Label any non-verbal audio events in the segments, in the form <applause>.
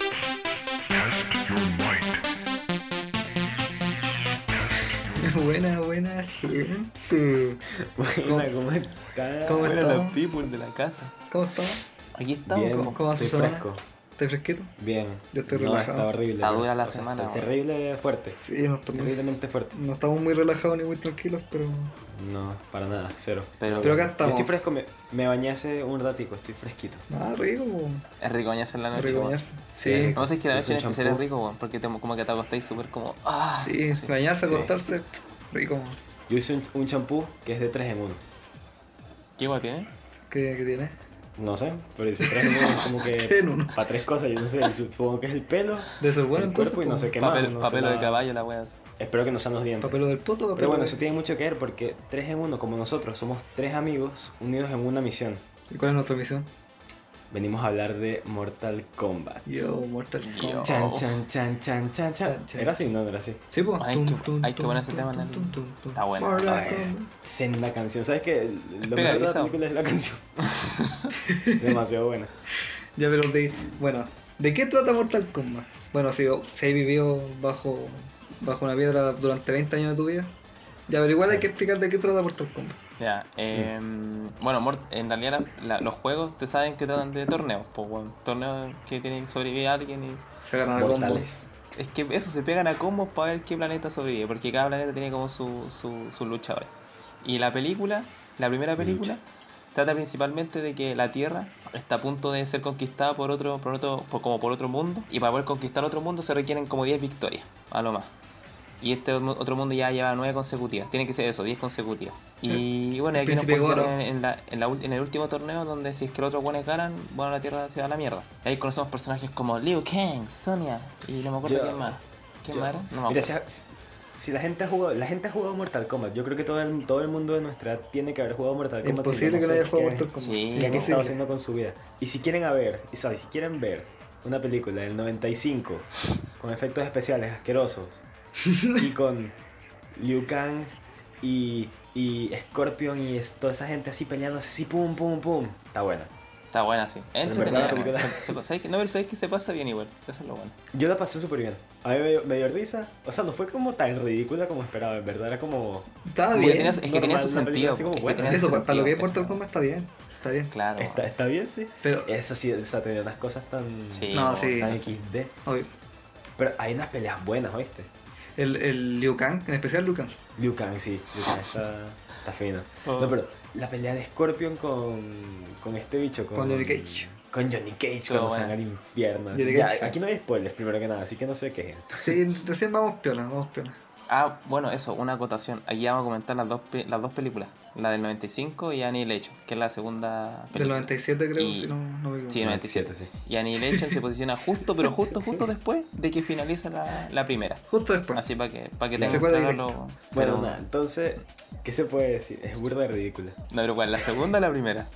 <laughs> Buena, buena gente. <laughs> Buena, ¿cómo estás? ¿Cómo Bueno, estamos? los people de la casa. ¿Cómo estás? Aquí estamos. Bien, po. ¿Cómo va su estoy semana? fresco. ¿Estás fresquito? Bien. Yo estoy no, relajado. Está horrible. Está pero, dura la o sea, semana, está weón. terrible fuerte. Sí, no estamos, Terriblemente fuerte. no estamos muy relajados ni muy tranquilos, pero. No, para nada, cero. pues. Pero, Pero acá Yo estamos. estoy fresco, me, me bañé hace un ratico, estoy fresquito. Ah, rico, weón. es rico bañarse en la noche. weón. Rebañarse. Ah, Sí, Ah, Sí, rico. No sé, es que la Es noche un en especial es shampoo. rico, weón, porque te, como que te acostáis súper como. ¡Ah! sí, así. bañarse, Sí. acostarse. Rico, weón. Yo hice un- un champú que es de 3 en 1. ¿Qué ¿eh? guay tiene? ¿Qué, qué tiene? No sé, pero ese 3 en 1 es como Tres <laughs> en uno. que. para tres cosas, yo no sé. Supongo que es el pelo, De ser bueno, el entonces. cuerpo y no sé qué Papel, más. no sé papel de nada. caballo, la wea. Espero que no sean los dientes. Papelo del puto, papel Pero bueno, de- eso tiene mucho que ver porque 3 en 1, como nosotros, somos tres amigos unidos en una misión. ¿Y cuál es nuestra misión? Venimos a hablar de Mortal Kombat. Yo, Mortal Yo. Kombat. Chan, chan, chan, chan, chan, chan. chan. ¿Era así? No, no era así. Sí, pues. Hay que- hay que poner ese tema en el- Está bueno. Ah, es Senda canción. ¿Sabes qué? Lo mejor de la pegadiza. película es la <laughs> canción. Demasiado buena. Ya, pero de. Bueno, ¿de qué trata Mortal Kombat? Bueno, si si has vivido bajo, bajo una piedra durante 20 años de tu vida. Ya, pero igual hay que explicar de qué trata Mortal Kombat. Ya, eh, bueno, Mort- en realidad la- los juegos te saben que tratan de torneos, pues, weón. Torneos que tiene que sobrevivir alguien y Se agarran a combo. Mortales. Es que eso, se pegan a combos para ver qué planeta sobrevive, porque cada planeta tiene como su- su- sus luchadores. Y la película, la primera película, trata principalmente de que la Tierra está a punto de ser conquistada por otro, por otro, por- como por otro mundo, y para poder conquistar otro mundo se requieren como 10 victorias, a lo más. Y este mu- otro mundo ya lleva 9 consecutivas, tiene que ser eso, 10 consecutivas. Y bueno, Eh, El aquí nos príncipe pusieron Goro. en, la- en la ul- en el último torneo donde si es que los otros buenos ganan, bueno, la Tierra se va a la mierda. Y ahí conocemos personajes como Liu Kang, Sonia, y no me acuerdo Yo- quién más. ¿Quién más era? No me Mira, acuerdo. si, si la gente ha jugado, la gente ha jugado Mortal Kombat. Yo creo que todo el, todo el mundo de nuestra edad tiene que haber jugado Mortal Es Kombat. imposible que no haya jugado Mortal Kombat. Sí. ¿Qué Ya han que estado Imposible. haciendo con su vida? Y si quieren a ver, y sabes, si quieren ver una película del 95 con efectos especiales asquerosos y con Liu Kang y, y Scorpion y es- toda esa gente así peleando así pum pum pum, está bueno. Está buena, sí. Es Pero en verdad la Ah, entretenida. película- bueno. Se- se- ¿sabes qué? No, pero sabes que se pasa bien igual. Eso es lo bueno. Yo la pasé súper bien. A mí me dio, me dio risa. O sea, no fue como tan ridícula como esperaba, en verdad era como... Está Como que bien. tenía- es que tenía normal, su una película sentido. así como es que buena. tenía su Eso, para, para lo que es sentido, Mortal eso. Kombat está bien. Está bien. Claro. Está, está bien, sí. Pero, Eh. Eso sí, o sea, tenía unas cosas tan... Sí, No, no, sí. tan sí. XD. obvio. Pero hay unas peleas buenas, ¿oíste? El, el Liu Kang, en especial Liu Kang. Liu Kang, sí, Liu Kang está, está fino. Ah. Oh. No, pero la pelea de Scorpion con, con este bicho, con, Con Johnny Cage. Con Johnny Cage, cuando Todo se bueno. van al infierno. así. Johnny Ya, Cage. aquí no hay spoilers, primero que nada, así que no sé qué. <laughs> Sí, recién vamos piola, vamos piola. Ah, bueno, eso, una acotación. Aquí vamos a comentar las dos, pe- las dos películas. La del 95 y Annihilation, que es la segunda película. Del 97 creo, Y- si no, no me equivoco. Sí, 97. 97, Y Annihilation se posiciona justo, pero justo, justo después de que finaliza la, la primera. Justo después. Así para que, para que La tengan secuela claro directa. lo... Bueno, pero- nada, entonces, ¿qué se puede decir? Es burda y ridícula. No, pero ¿cuál? ¿La segunda o la primera?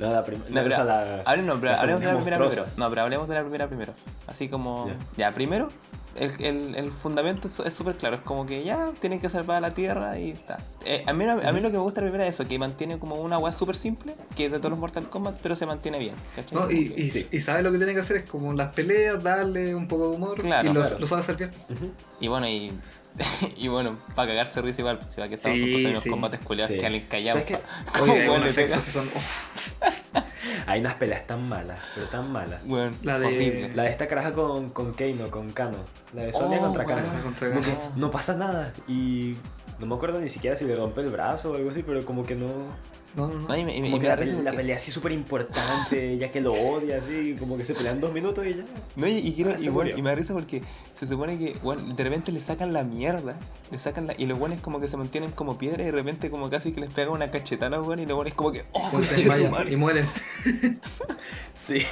No, la primera. No, pero, hable- no, pero hablemos de la primera primero. primera. No, pero hablemos de la primera primero. Así como. Ya. Ya, primero, el, el- el fundamento es es súper claro. Es como que ya tienen que salvar a la tierra y está. Eh, a, mí, a mí lo que me gusta de la primera es eso, que mantiene como una weá súper simple, que es de todos los Mortal Kombat, pero se mantiene bien. ¿cachai? No, y, Como que- y, Sí. y sabe lo que tiene que hacer es como las peleas, darle un poco de humor Claro, y los- claro. lo sabe hacer bien. y bueno, y. <laughs> y bueno, para cagarse risa igual, pues, si va que estamos Sí, con cosas de unos sí. combates culiados Sí. que alguien callado. ¿Sabes pa- Oye, <laughs> como hay weón unos le pega- efectos que son oh, uf, Hay unas peleas tan malas, pero tan malas. weón, La de- horrible. La de esta caraja con, con Keino, con Kano. La de Sonia Oh, contra Kano. weón. contra- Como que Ah. no pasa nada. Y no me acuerdo ni siquiera si le rompe el brazo o algo así, pero como que no. No, no, no. No, y me, y me- Como y que me la, da risa pe- la porque- pelea así súper importante, <laughs> ya que lo odia, así, como que se pelean dos minutos y ya. No, y, y quiero- Ah, y se bueno, murió. y me da risa porque se supone que bueno, de repente le sacan la mierda, le sacan la, y los buenos como que se mantienen como piedra y de repente como casi que les pega una cachetada a los buenos y los buenos como que ¡Oh, Pues se conche tu desmayan madre! y mueren. Sí.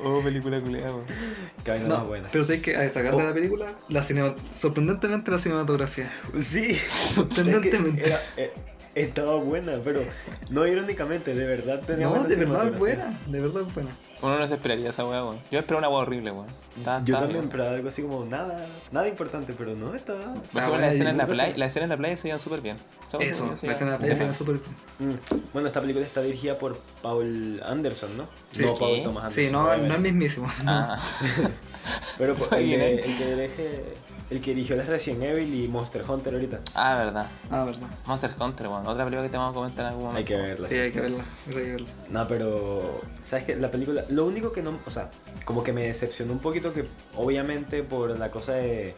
¡Oh, película culiada, weón. <laughs> Qué vaina No, más buena. pero sé que a destacar de Oh. la película, la cinema- sorprendentemente la cinematografía. Sí. Sorprendentemente. Es que era- eh, estaba buena, pero no irónicamente, de verdad tenía No, buena de verdad es cinematografía. buena, de verdad es buena. Uno no se esperaría esa weá, weón. Yo esperaba una weá horrible, weón. Estaba- Yo estaba también, Ah, bien. pero algo así como nada, nada importante, pero no estaba. Por Ah, ejemplo, bueno, la, escena en la, yo creo playa, que- la escena en la playa se iban súper bien. Estaba Eso, súper bien, se la escena de la iban- playa se Ujú. llama súper. Mm. Bueno, esta película está dirigida por Paul Anderson, ¿no? Sí. No, ¿Qué? Paul Thomas Anderson. Sí, no, no es obviamente. mismísimo. no. Ah, Pero pues, el, Bien, que, ¿eh? el que dirige El que dirigió las Resident Evil y Monster Hunter ahorita. Ah, verdad. <laughs> Ah, verdad. Monster Hunter, bueno, otra película que te vamos a comentar en algún momento. Hay <laughs> que verla. Sí, hay que verla. eso hay que verla. No, pero. ¿Sabes qué? La película. Lo único que no. O sea, como que me decepcionó un poquito que, obviamente, por la cosa de.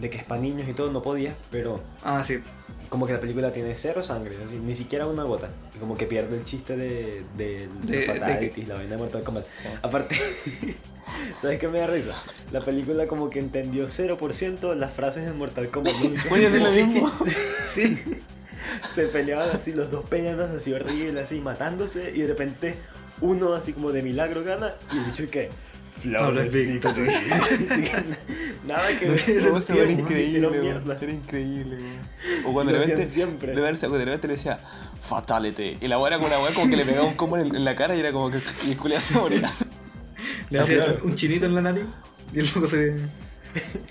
de que es para niños y todo, no podía, pero. Ah, sí. Como que la película tiene cero sangre, así, ni siquiera una gota. Y como que pierde el chiste de, de, los De- de que- fatalities, la vaina de Mortal Kombat. Aparte, <laughs> ¿sabes qué me da risa? La película como que entendió 0% las frases de Mortal <laughs> Kombat. ¿no? Oye, de lo Sí. mismo. Sí. se peleaban así los dos peleando así horrible, así matándose y de repente uno así como de milagro gana y el bicho que Flawless Flawless victory. <laughs> Nada que ver. No, eso era tío, increíble, hicieron weón. mierda. Era increíble, weón. O cuando Lo de hacían repente, siempre. de verse- cuando de repente le decía, fatality. Y la weá era como una weá como que le pegaba un combo en, el- en la cara y era como que. Y el culiao se moría. Le Ah, hacía claro. un chinito en la nariz y el loco se,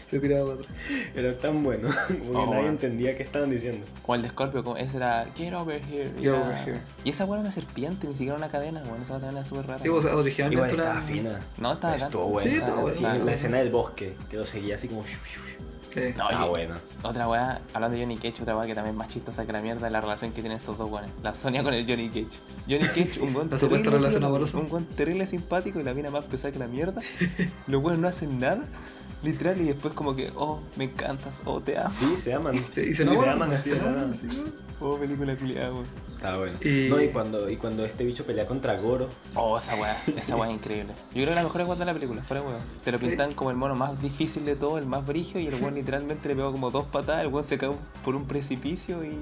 se tiraba para atrás. Era tan bueno como Oh, que nadie bueno. entendía qué estaban diciendo. O el de Scorpio, como ese era, get over here. y Get era- over here. Y esa weá era una serpiente, ni siquiera una cadena, weón. Esa también era súper rara. Sí, o sea, Igual originalmente estaba era. fina. No, estaba bacán. Estuvo Sí, buena. estaba Sí, buena. la escena del bosque que lo seguía así como. Sí. No, Estaba y- buena. Otra weá, hablando de Johnny Cage, otra weá que también es más chistosa que la mierda, la relación que tienen estos dos weones. La Sonia con el Johnny Cage. Johnny Cage, un <laughs> buen La supuesta relación amorosa. Un buen terrible simpático y la mina más pesada que <laughs> la mierda. Los weones no hacen nada, literal, y después como que, oh, me encantas, oh, te amo. Sí, se aman. Sí, y se Y enamoran. aman así, se enamoran, ¿verdad? así, ¿no? Oh, película culiada, weón. Estaba bueno. Y- No, y cuando, y cuando este bicho pelea contra Goro. Oh, esa weá, esa weá es increíble. Yo creo que la mejor es cuando la película, fuera weón. Te lo pintan como el mono más difícil de todo, el más brigio, y <laughs> el weón literalmente le pegó como dos patadas, el weón se cae por un precipicio y.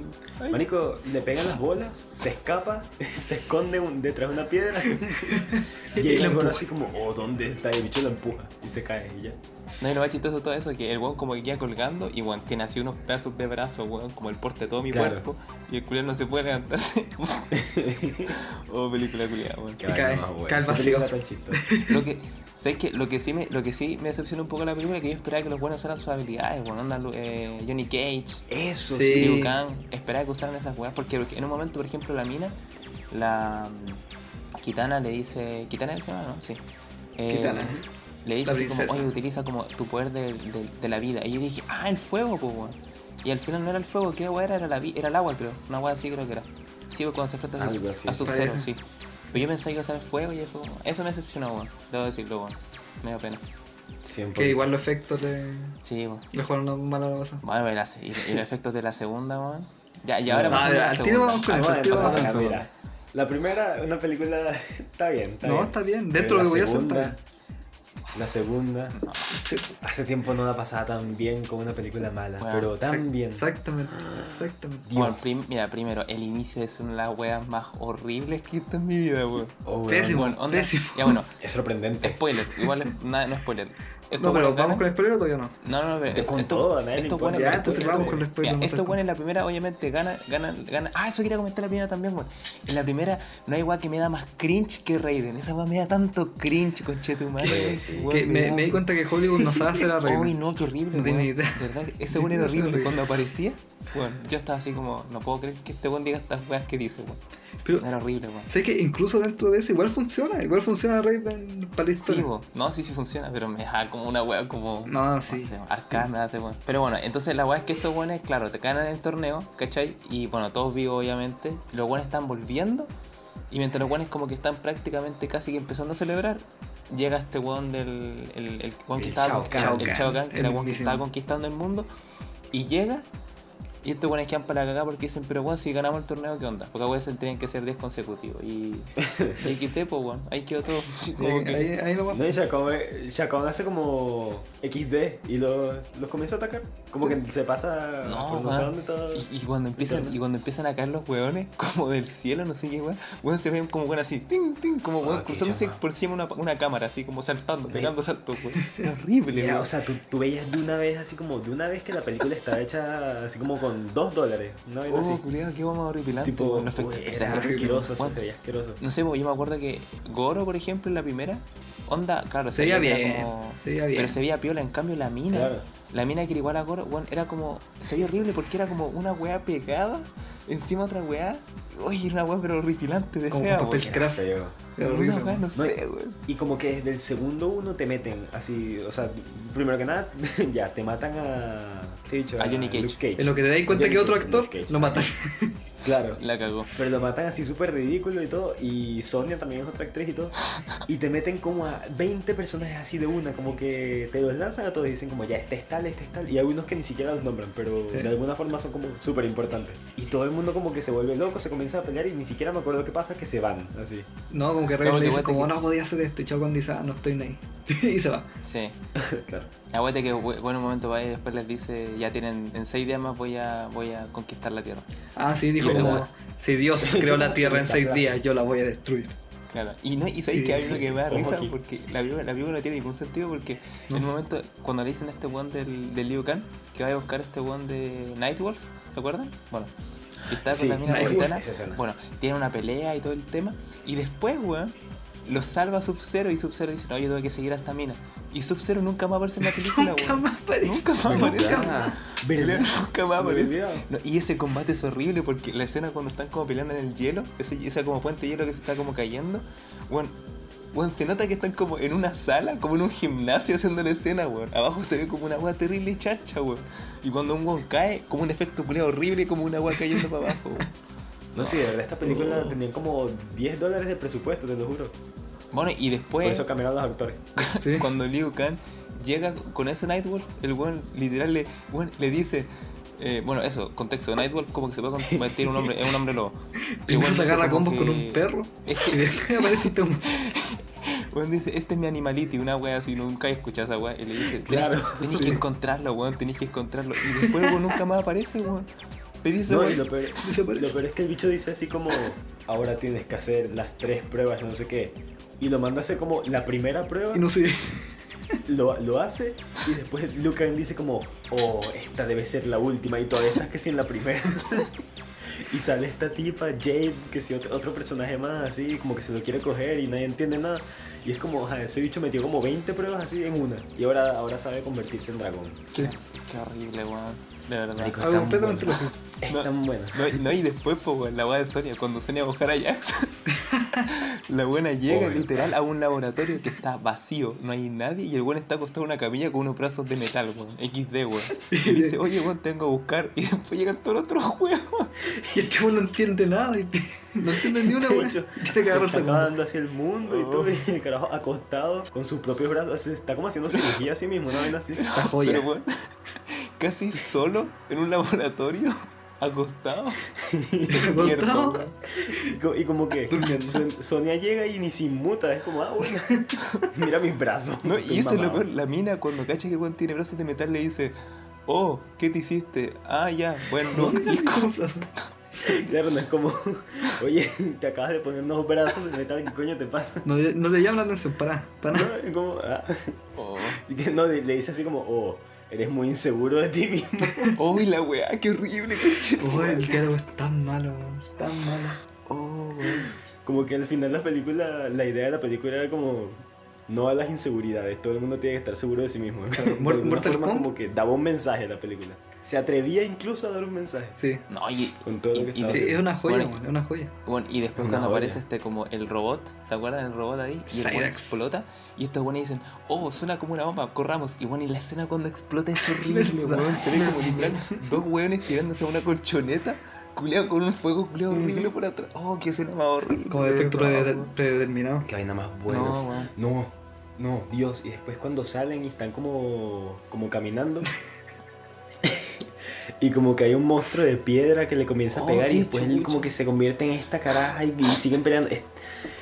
Ay, Marico, le pegan las bolas, se escapa, <laughs> se esconde un- detrás de <laughs> una piedra. y Y ahí la la empuja. así como, oh, ¿dónde está? Y el bicho la empuja y se cae y ya. No, y lo más chistoso de todo eso es que el weón como que queda colgando y weón tiene así unos pedazos de brazo, weón, como el porte de todo mi Claro. cuerpo y el culiao no se puede levantar. <laughs> oh, película culiada, weón. cae, vaina más buena. cae al Qué vacío. película <laughs> tan chistosa. Lo que, ¿sabes qué? Lo que sí me, lo que sí me decepcionó un poco de la película es que yo esperaba que los buenos usaran sus habilidades, weón, onda Lu- eh, Johnny Cage, Eso Sí. sí. Liu Kang, esperaba que usaran esas weas porque en un momento, por ejemplo, la mina, la mm, Kitana le dice, Kitana se llama, ¿no? Sí. Eh, Kitana. Le dije La así como, princesa. oye, utiliza como tu poder de, de- de la vida. Y yo dije, ah, el fuego, pues, weón. Y al final no era el fuego, ¿qué weá era? Era, la vi- era el agua, creo. Una weá así creo que era. Sí, pues, cuando se enfrenta a Algo su- así. a su cero, Parece. sí. Pero yo pensé que iba a ser el fuego y fue como- Eso me decepcionó, weón. Debo decirlo, weón. Me da pena. Siempre. Que igual los efectos le, Sí, weón. le jugaron una mala la pasada. Bueno, y, la se- y- y los efectos de la segunda, weón. Ya, y Ah, ahora pasando a la al tiro segunda. vamos con Ah, eso, bueno, al tiro pasamos vamos a con la eso. primera. La primera, una película, <laughs> está bien. Está No, bien. está bien. Dentro de lo que Pero voy a la hacer, está segunda- La segunda, Sí, hace tiempo no la pasaba tan bien como una película mala, Bueno, pero tan bien. Exactamente, exactamente. Dios. Bueno, prim- mira, primero, el inicio es una de las weas más horribles que he visto en mi vida, weón. Oh, weón, Pésimo. Bueno, onda- pésimo. Ya bueno, Es sorprendente. spoiler, igual es- nada, no spoiler. Esto No, pero bueno, vamos con el spoiler o todavía no. No, no, pero Con esto, todo, a nadie le esto importa. bueno, pues, Ya, esto- entonces esto- vamos con los spoilers, mira, no Esto tanto. bueno en la primera, obviamente, gana, gana, gana. Ah, eso quería comentar en la primera también, bueno. En la primera, no hay weá que me da más cringe que Raiden. Esa weá me da tanto cringe, conche tu madre. Que- ese que weón Que me, da- me di cuenta que Hollywood no sabe <laughs> hacer arreglo. Uy, no, qué horrible, No tiene weón. idea. ¿Verdad? <laughs> Ese weón era No tiene horrible idea. cuando aparecía. Bueno, yo estaba así como, no puedo creer que este weón diga estas weas que dice, weón. Pero, Era horrible, weón. sé que incluso dentro de eso igual funciona, igual funciona Raven para la Sí, historia. bo. no, sí, sí funciona, pero me deja como una wea como. No, sí, sé, arcada me hace, weón. Pero bueno, entonces la wea es que estos weones, claro, te ganan el torneo, ¿cachai? Y bueno, todos vivos, obviamente. Los weones están volviendo. Y mientras los weones, como que están prácticamente casi que empezando a celebrar, llega este weón del. El, el weón que El estaba Shao conquistando- Kahn. el Shao Kahn, que El era el weón que mismísimo. estaba conquistando el mundo. Y llega. Y estos weones quedan para la cagada porque dicen, pero weón, si ganamos el torneo, ¿qué onda? Porque a veces tenían que ser 10 consecutivos. Y. y ahí quité, pues, weón. Ahí quedó todo. así Y como ahí, que- ahí, ahí nomás. No, y Shacón, eh, Shacón hace como XD y lo- los comienza a atacar. Como que se pasa No, por no sé weón. dónde todo. Y, y cuando empiezan, Internet. y cuando empiezan a caer los hueones, <laughs> como del cielo, no sé qué weón, weón se ven como weón así, ting, ting, como weón Ah, qué cruzándose chamba. por encima de una, una cámara, así como saltando, Ve. pegando saltos, <laughs> weón. Era Horrible, Mira, weón. o sea, tú, tú veías de una vez, así como de una vez que la película estaba hecha así como con dos dólares. No, oh, así. culiao, qué vamos horripilante, Tipo, weón, los efectos uy, era especiales. asqueroso, o sea, Weón, se veía asqueroso. No sé, weón, yo me acuerdo que Goro, por ejemplo, en la primera, onda, claro, Se veía que era bien, se veía bien. Pero se veía piola, en cambio la mina, Claro. la mina que era igual a Goro, weón, era como, se veía horrible porque era como una weá pegada encima de otra weá, Oye, era una weá pero horripilante de Como fea, con weón. papel craft. Feo. Era Una horrible, weá, weón. no No, sé, weón. Y como que desde el segundo uno te meten así, o sea, primero que nada, <laughs> ya, te matan a. ¿qué he dicho? A Johnny Cage. Luke En lo que te dais cuenta Johnny que otro Cage, actor Luke Cage. lo <laughs> matan. Claro. La cagó. Pero lo matan así súper ridículo y todo. Y Sonia también es otra actriz y todo. Y te meten como a 20 personajes así de una. Como que te los lanzan a todos y dicen como ya, este es tal, este es tal. Y hay unos que ni siquiera los nombran, pero Sí. de alguna forma son como súper importantes. Y todo el mundo como que se vuelve loco, se comienza a pelear y ni siquiera me acuerdo qué pasa, que se van así. <laughs> No, como que No, Rey porque le dice igual te como que- no podía hacer esto y Chao Condi dice, ah, no estoy ni ahí. <laughs> y se va. Sí. claro. Aguante que bu- bueno un momento va y después les dice, ya tienen, en seis días más voy a voy a conquistar la tierra. Ah, sí, dijo Y luego- como si <laughs> Dios creó la tierra en seis Claro. días, yo la voy a destruir. Claro. Y no, y sabéis Sí. que hay uno que me da Ojo risa aquí. porque la película, la película no tiene ningún sentido porque No. en un momento cuando le dicen a este weón del, del Liu Kang que va a buscar este weón de Nightwolf, ¿se acuerdan? Bueno. Y está con Sí, la mina Nightwolf, puritana. esa escena. Bueno, tiene una pelea y todo el tema. Y después, weón, lo salva Sub-Zero y Sub-Zero dice, no, yo tengo que seguir a esta mina. Y Sub-Zero nunca más aparece en la <laughs> película, Nunca weón. más aparece. Nunca más aparece. Nunca más. ¿Verdad? Ah, ¿Verdad? Se Nunca más me aparece. olvidaba. No, y ese combate es horrible porque la escena cuando están como peleando en el hielo, ese, ese como puente de hielo que se está como cayendo, weón, weón, se nota que están como en una sala, como en un gimnasio haciendo la escena, weón. Abajo se ve como una agua terrible y charcha, weón. Y cuando un weón cae, como un efecto culiao horrible, como una agua cayendo para abajo, weón. No, sí, de verdad, esta película Oh. tenía como 10 dólares de presupuesto, te lo juro. Bueno, y Por después, eso cambiaron los actores. Sí. cuando Liu Kang llega con ese Nightwolf, el weón literal le, weón, le dice. eh, bueno, eso, contexto. Nightwolf como que se puede <laughs> convertir en un hombre, en un hombre lobo. Y Primero weón se dice agarra como combos con que- un <laughs> perro Es y <laughs> que después aparece este hombre. Weón dice, este es mi animality, una wea así, nunca he escuchado esa wea. Y le dice, tenés, Claro. tenés que encontrarlo, weón, tenés que encontrarlo. Y después, weón, nunca más aparece, weón. Le dice, No, y weón, lo peor, Desaparece. lo peor es que el bicho dice así como, ahora tienes que hacer las tres pruebas, no sé qué. Y lo manda a hacer como la primera prueba, Y no sé. lo, lo hace, y después Lucan dice como, oh, esta debe ser la última, y todavía estás que sí en la primera. <laughs> y sale esta tipa, Jade, que si otro, otro personaje más, así, como que se lo quiere coger y nadie entiende nada. Y es como, "Ajá, ese bicho metió como 20 pruebas así en una, y ahora, ahora sabe convertirse en dragón. qué, qué horrible, weón. De verdad. Marico. Algo Ah, completamente bueno. loco. Es No. tan bueno. No, y- no, y después, pues, weón, la wea de Sonia, cuando Sonia va a buscar a <laughs> Jax, la buena llega Pobre. literal a un laboratorio que está vacío, no hay nadie, y el weón está acostado en una camilla con unos brazos de metal, weón, XD, weón. Y dice, oye, weón, tengo que buscar, y después llegan todos los otros weón. <laughs> Y este hombre no entiende nada. y te- No entiende ni una De wea. hecho, <laughs> Tiene que se está agarrarse con. acabando hacia el mundo y Oh. todo, y el carajo acostado con sus propios brazos, así, está como haciendo cirugía a sí mismo, una vaina así. Esta joya. Pero bueno, casi solo en un laboratorio, <laughs> acostado. Acostado. Despierto, Y co- Y como que Durmiendo. <laughs> Son- Sonia llega y ni se inmuta, es como, ah, bueno, <laughs> mira mis brazos. No, estoy y eso es lo mamado. peor, la mina cuando cacha que Juan tiene brazos de metal le dice, oh, ¿qué te hiciste? Ah, ya, buen look. <laughs> Y es como, Claro, no es como, oye, te acabas de poner unos brazos de metal, ¿qué coño te pasa? <laughs> No, le- no le llaman la atención, para, <laughs> para nada. No, es como, ah. oh, Y que no, le, le dice así como, oh, eres muy inseguro de ti mismo. oh, y la weá, qué horrible, coche. Uy, el diálogo es tan malo, weón, tan malo. Oh, weón. Como que al final la película, la idea de la película era como no a las inseguridades, todo el mundo tiene que estar seguro de sí mismo. Claro, <laughs> De Mor- alguna Mortal forma Kombat. como que daba un mensaje a la película. Se atrevía incluso a dar un mensaje. Sí. No, y, Con todo lo que y- y- estaba Sí, es una joya, Bueno, weón, es una joya. Bueno, y después Una cuando joya. aparece este como el robot, ¿se acuerdan el robot ahí? Y el weón Cyrax. explota. Y estos buenos dicen, oh, suena como una bomba, corramos. Y bueno, y la escena cuando <laughs> explota es horrible, ¿Verdad? weón. Se ve como literal dos weones tirándose a una colchoneta, culeado con un fuego culeado horrible por atrás. Oh, qué escena más horrible. Como de efecto weón. prede- predeterminado. Qué vaina más buena. No, No, weón. no, Dios. Y después cuando salen y están como, como caminando. <laughs> Y como que hay un monstruo de piedra que le comienza a Oh, pegar qué y después él chucha. como que se convierte en esta caraja y, y siguen peleando. Es-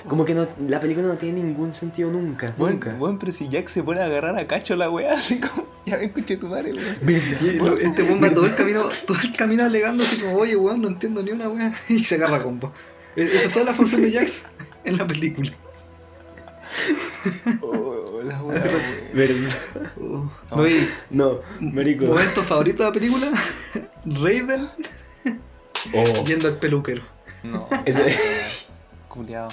como que no, la película no tiene ningún sentido nunca. Weón, nunca. weón, pero si Jack se pone a agarrar a cacho la weá, así como, <laughs> ya me escuché tu madre, weón. Y lo- este bomba todo el camino, todo el camino alegando así como, oye weón, no entiendo ni una weón, <laughs> y se agarra a combo. E- Esa es toda la función de Jax <laughs> en la película. Oh, la weá, weón. Verdad. Uh, no, y No, marico. momento favorito de la película, <laughs> Raven Oh, yendo al peluquero. No, ese- culeado.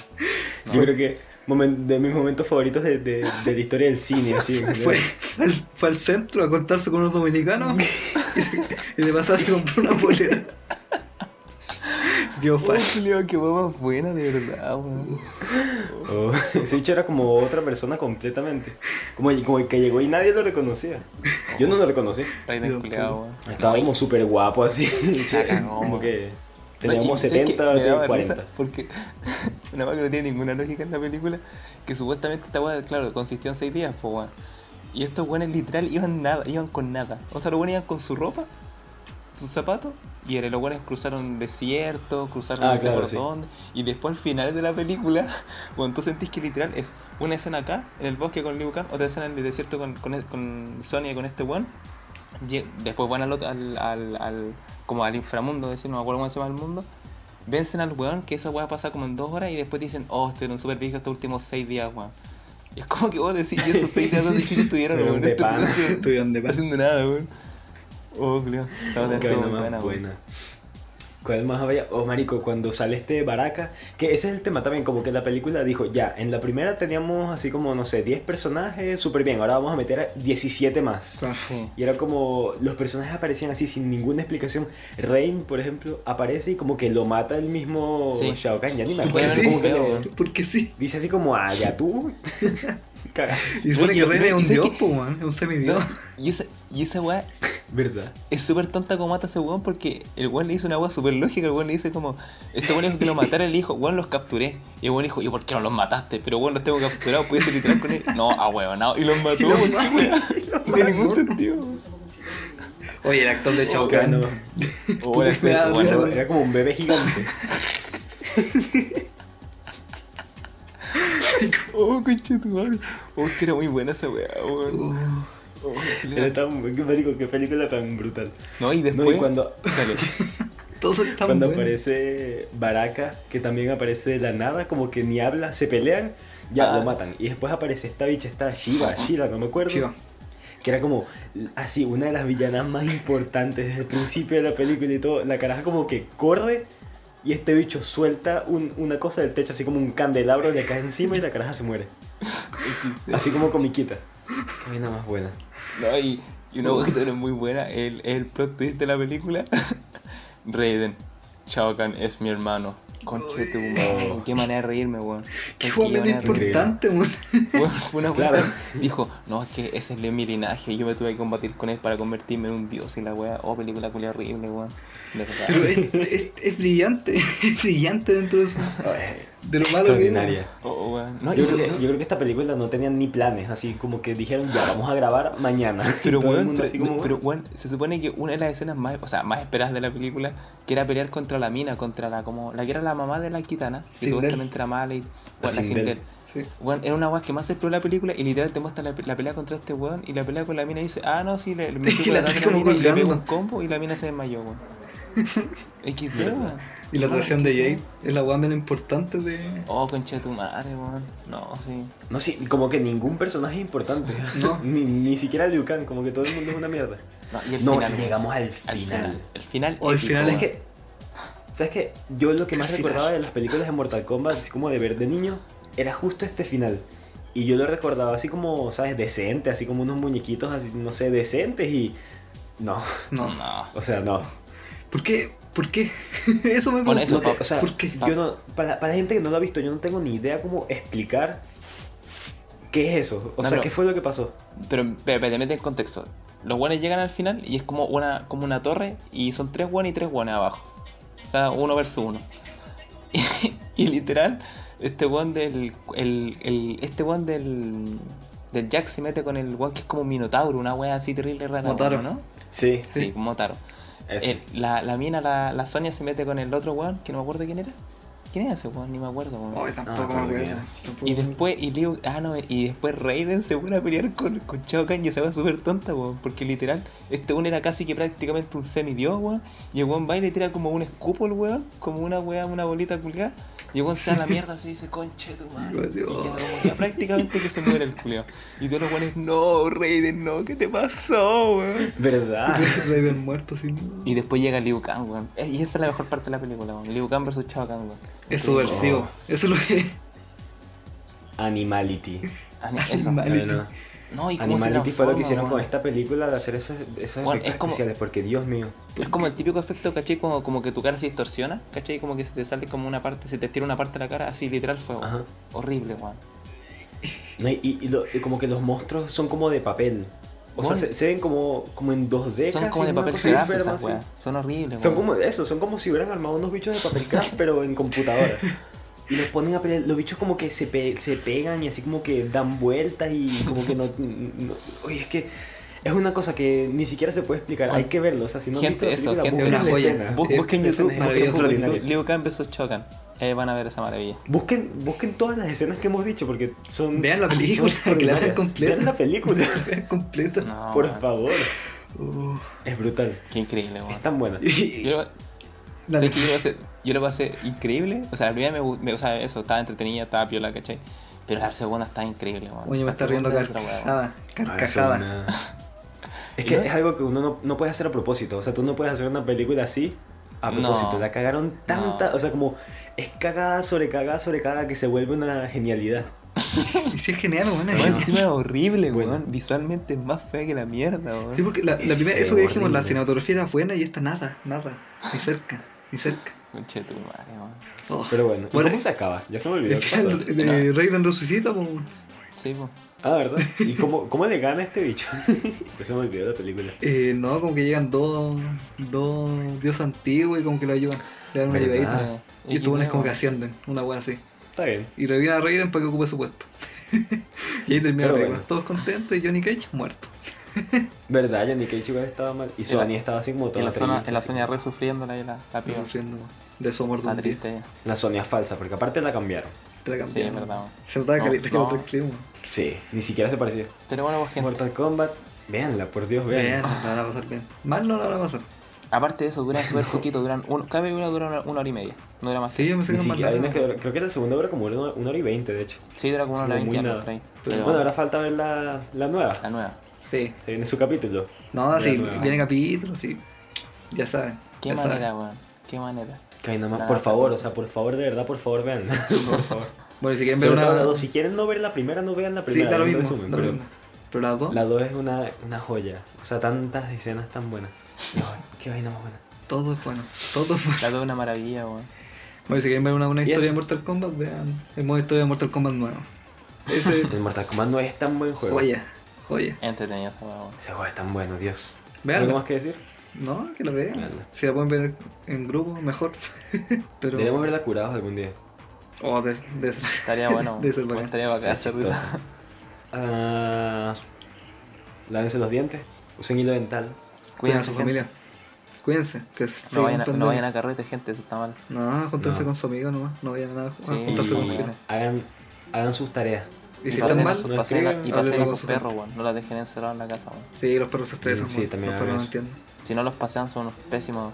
yo creo que momen- de mis momentos favoritos de, de- de la historia del cine, así. <laughs> en Fue, general. fue al, fue al centro a contarse con unos dominicanos y, se- y de pasada se compró una polera. Yo fa- Julio, qué hueá más buena, de verdad, weón. Oh, <laughs> ese bicho era como otra persona completamente. Como, como que llegó y nadie lo reconocía. Yo no lo reconocí. Rey Yo del culiao, weón. Estaba como súper guapo así. <laughs> Ya cagó, Como weón. que No, y teníamos ¿sabes qué? 70, Me daba 40. risa Porque <laughs> una más que no tiene ninguna lógica en la película, que supuestamente esta weá, claro, consistió en seis días, pues weón. Y estos weones literal iban nada, iban con nada. O sea, los weones iban con su ropa, sus zapatos, y ahora los weones cruzaron desierto, cruzaron Ah, no sé claro, por sí. dónde. Y después al final de la película, <laughs> bueno, tú sentís que literal es una escena acá, en el bosque con Liu Kang, otra escena en el desierto con, con, con Sonya y con este weón. Lle- Después van al, otro- al, al, al- como al inframundo, decir, no me acuerdo cómo se llama el mundo. Vencen al weón, que esa weá pasa como en dos horas y después dicen, oh, estuvieron súper viejos estos últimos seis días, weón. Y es como que vos decís, ¿y estos seis días dónde chicos <laughs> estuvieron, Pero weón? de Estos pana. weones <laughs> <laughs> estuvieron- Estuvieron de no paz. haciendo nada, weón. Oh, Cleo. Esa otra Qué estuvo vaina muy más buena, weón. buena. ¿Cuál más había? Oh, marico, cuando sale este Baraka, que ese es el tema también, como que la película dijo, ya, en la primera teníamos así como, no sé, 10 personajes, súper bien, ahora vamos a meter a 17 más. Claro. Sí. Y era como los personajes aparecían así sin ninguna explicación. Rain, por ejemplo, aparece y como que lo mata el mismo Sí. Shao Kahn. Ya ni me Porque acuerdo. sí, Como que Pero- lo- porque sí. dice así como, ah, ya tú. <laughs> Caga. Y supone Oye, que Ren no, es y un sé dios, que- po, man. Es un semidios. Y esa, y esa weá ¿Verdad? es súper tonta como mata a ese weón porque el weón le hizo una weá súper lógica. El weón le dice como, este weón dijo que lo matara. Le dijo, weón, los capturé. Y el weón dijo, ¿y por qué no los mataste? Pero weón, los tengo capturados. Pudiese literal con él. No, a weón, no. Y los mató. Y los weón, mató, qué weá. No tiene ningún sentido. Oye, el actor de Chao Caga, Kahn. no. Oh, bueno, Me da bueno, risa, Bueno, weón. era como un bebé gigante. Oh, conche tu madre. Oh, que era muy buena esa weá, weón. Uh, Oh, Cleo. Era tan. Qué marico, qué película tan brutal. No, y después. No, y cuando, Dale. todos son tan cuando buenos. aparece Baraka, que también aparece de la nada, como que ni habla, se pelean, ya Ah. lo matan. Y después aparece esta bicha, esta Shiva, Shiva, no me acuerdo. Chico, que era como así una de las villanas más importantes desde el principio de la película y todo. La caraja como que corre y este bicho suelta un- una cosa del techo, así como un candelabro, le cae encima y la caraja se muere. Así como comiquita. Qué vaina más buena. No, y, y una cosa que también es muy buena, el, el plot twist de la película. <laughs> Raiden, Shao Kahn es mi hermano. Conche tu madre, Oh. Qué manera de reírme, weón. Qué Qué fue bien manera de reírme. importante, man. Weón, fue una weá. Claro. Dijo, no, es que ese es de mi linaje. Yo me tuve que combatir con él para convertirme en un dios y la weá. Oh, película culia horrible, weón. De verdad. <laughs> Pero es, es, es brillante, <laughs> es brillante dentro de, su, de lo malo que Extraordinaria. Oh, weón. No, Yo y- creo, que, yo creo que esta película no tenían ni planes, así como que dijeron ya, vamos a grabar mañana. <laughs> Pero Todo el weón, mundo tra- así como, pero, weón, se supone que una de las escenas más, o sea, más esperadas de la película, que era pelear contra la mina, contra la como la que era la mamá de la Kitana, que Sindel. supuestamente era mala y bueno, la Sindel. Sindel. Sí. Weón, era una weá que más se exploró la película y literal te muestra la, la pelea contra este weón y la pelea con la mina y dice, ah no, sí, le, le metí que con la la está mina como y le pegó colgando. un combo y la mina se desmayó, weón. XD, weón. Y la Ah, relación de XD. Jade es la weá menos importante de. Oh, concha de tu madre, weón. No, sí. No, sí, como que ningún personaje importante. No. <laughs> ni, ni siquiera Liu Kang, como que todo el mundo es una mierda. No, y el No, final. weón. llegamos al final. al final. El final. O el épico, final- ¿Sabes weón. qué? ¿Sabes qué? Yo lo que más Final. recordaba de las películas de Mortal Kombat, así como de ver de niño, era justo este final. Y yo lo recordaba así como, ¿sabes? Decente, así como unos muñequitos, así, no sé, decentes y... No, <laughs> No. No. o sea, no. ¿Por qué? ¿Por qué? <laughs> eso me preocupa. Bueno, eso- No te- o sea, ¿Por qué? yo no, para, para la gente que no lo ha visto, yo no tengo ni idea cómo explicar qué es eso. O sea, No, pero- ¿qué fue lo que pasó? Pero, pero, pero te mete en contexto. Los guanes llegan al final y es como una, como una torre y son tres guanes y tres guanes abajo. Está uno versus uno. <laughs> Y, literal, este guan del. El, el- este guan del. Del Jack se mete con el guan que es como un minotauro, una wea así terrible rara. Motaro. ¿no? Sí, Sí, como Motaro. ese. Eh, la, la mina, la, la Sonia se mete con el otro guan que no me acuerdo quién era. ¿Quién era ese guan? Ni me acuerdo, weón. Ay, tampoco Ah, me pero acuerdo. Tampoco me Y acuerdo. después, y Liu- ah, no, y después Raiden se pone a pelear con, con Shao Kahn y esa weá es súper tonta, weón, porque literal, este weón era casi que prácticamente un semidios, weón, y el weón va y le tira como un escupo al weón, como una weá, una bolita culgada, y el weón se da <laughs> la mierda así y dice, conche tu Hijo de madre, y queda Dios. como ya prácticamente que se muere el culeo. Y todos los weones, no, Raiden, no, ¿qué te pasó, weón? ¿Verdad? <laughs> Raven muerto sin. Y después llega Liu Kang, weón, Eh, y esa es la mejor parte de la película, weón, Liu Kang versus Shao Kahn, weón. Es subversivo. Eso es lo que. Animality. Ah, no, <laughs> Eso, Animality. Bueno, No, y cómo se Animality fue lo que transforma, hicieron weón. con este esta película de hacer esos, esos Weón, es efectos como- especiales, porque Dios mío. Es como el típico efecto, ¿cachai? Como, como que tu cara se distorsiona, ¿cachai? Como que se te sale como una parte, se te estira una parte de la cara, así literal fue weón. Ajá. horrible, weón. No, y, y lo- y como que los monstruos son como de papel. O Bueno. sea, se, se ven como, como en 2D. Son casi, como de una papel cosa así craft enferma, esas así. weas. Son horribles, weón. Son como eso, son como si hubieran armado unos bichos <laughs> de papel craft, pero en computadora. Y los ponen a pelear, los bichos como que se, pe- se pegan y así como que dan vueltas y como que no, no- Oye, es que es una cosa que ni siquiera se puede explicar, hay que verlo, o sea, si no han Gente, visto la eso, película, gente, una busquen la joya. escena. Bu- Eh, busquen esa escena YouTube, es busquen YouTube, extraordinaria. Liu Kang versus Chocan. Ahí van a ver esa maravilla. Busquen, busquen todas las escenas que hemos dicho porque son... Vean la película, <laughs> son que la vean extraordinarias. completa. Vean la <laughs> película, Completo. No, por weón. favor. Uh, Es brutal, Qué increíble, weón. es tan buena. Yo lo- Dale. ¿sabes que yo lo pasé- yo lo pasé increíble. O sea, la primera me, gu- me o sea, eso, estaba entretenida, estaba piola, ¿cachai? Pero la segunda está increíble, weón. Oye, me La está riendo segunda es otra weá, weón. carcajada. Carcajada. Ah, <laughs> eso es una- Es que ¿No? es algo que uno no, no puede hacer a propósito. O sea, tú no puedes hacer una película así a No. propósito. La cagaron tanta. No. O sea, como es cagada sobre cagada sobre cagada que se vuelve una genialidad. Y sí es genial, weón. es Weón, genial. encima es horrible, Bueno. weón. Visualmente es más fea que la mierda, weón. Sí, porque la, la Sí, primera, sí, eso que dijimos, la horrible. cinematografía era buena y esta nada, nada. Ni cerca, ni cerca. Conche tu madre, weón. Oh. Pero bueno, ¿y Bueno, e- ¿cómo se acaba? Ya se me <laughs> olvidó. El ¿qué pasó? final, eh, Raiden resucita, po, weón. Sí, po. Ah, ¿verdad? ¿Y cómo, cómo le gana a este bicho? <laughs> ya se me olvidó la película. Eh, no, como que llegan dos, dos dioses antiguos y como que lo ayudan. Le dan una ¿Verdad? ayudadita. Sí. Y estos buenos Guineo, como que weón. ascienden, una wea así. Está bien. Y reviven a Raiden para que ocupe su puesto. <laughs> y ahí termina la Pero película. bueno. Todos contentos y Johnny Cage muerto. ¿Verdad? Johnny Cage igual estaba mal. Y Sony estaba así como toda En la zona, triste, en la así. zona re sufriendo la, la, la piba. Sufriendo de su amor de Está un día. Ah, triste ella. La Sonia falsa, porque aparte la cambiaron. Te la Sí, es cambiaron. verdad, weón. Se notaba No, caleta que no. lo transcribimos. Sí, ni siquiera se parecía. Pero bueno, pues, gente. Mortal Kombat, véanla, por Dios, Bien, véanla. la van a pasar bien. Mal no la van a pasar. Aparte de eso, <laughs> duran súper poquito. Duran un, cada película dura una, una hora y media. No dura más. Sí, yo me sé Ni que no siquiera, mal hay no. una que dura- creo que la segunda dura como una, una hora y veinte, de hecho. Sí, dura como una Sí, hora y muy veinte nada. por ahí. Pero Pero bueno, Ah. ahora falta ver la, la nueva. La nueva. Sí. Se viene su capítulo. No, Ya sí, nueva. viene capítulo, sí. Ya saben. Qué ya saben. manera, weón. Qué manera. Que hay nada más, La por otra favor, o cosa. sea, por favor, de verdad, por favor, vean. Ah, <laughs> por favor. Bueno, y si quieren ver Sobre una. todo la dos. Si quieren no ver la primera, no vean la sí, primera. da lo vean mismo. el resumen, da lo pero mismo. Pero las dos, La dos es una, una joya. O sea, tantas escenas tan buenas. Dios, qué vaina más buena. todo es bueno. Todo es bueno. La dos es una maravilla, weón. Bueno, y si quieren ver una, una Y historia de eso. Mortal Kombat, vean el modo historia de Mortal Kombat nuevo. <laughs> Ese El Mortal Kombat no es tan buen juego. joya, joya. Entretenida esa weá, weón. Ese juego es tan bueno, Dios. Veanla. ¿Algo más que decir? No, que la vean. Veanla. Si la pueden ver en grupo, mejor. <laughs> Pero. Debemos verla curados algún día. Oh, de, de ser- <laughs> Estaría bueno. De ser weón. bacán. Estaría bacán hacer de esa. Ah, lávense los dientes. Usen hilo dental. Cuiden a su gente. familia. Cuídense. Que sigan No vayan, a, pandemia. no vayan a carrete, gente. Eso está mal. No, juntarse No. con su amigo nomás. No vayan a nada. a Sí. juntarse con Y gente. hagan, hagan sus tareas. Y Y si están pasen a mal, sus- no pasen a- escriben, Y pasen hablen a con sus su perros, weón. No las dejen encerrados en la casa, weón. Sí, los perros se estresan. Sí, weón. también Los perros no hagan eso. entienden. Si no los pasean, son unos pésimos.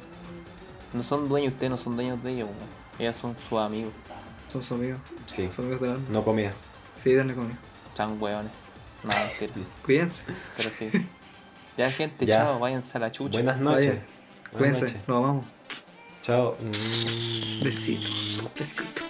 No son dueños ustedes, no son dueños de ellos, weón. Ellos son sus amigos. Son sus amigos. Sí. Son amigos del alma. No comida. Sí, denle conmigo. Están weones. No, mentira. Cuídense. Pero sí. Ya, gente, Ya. chao. Váyanse a la chucha. Buenas noches. Vaya. Buenas Mm. Cuídense. noches. Nos amamos. Chao. Besito. Besito.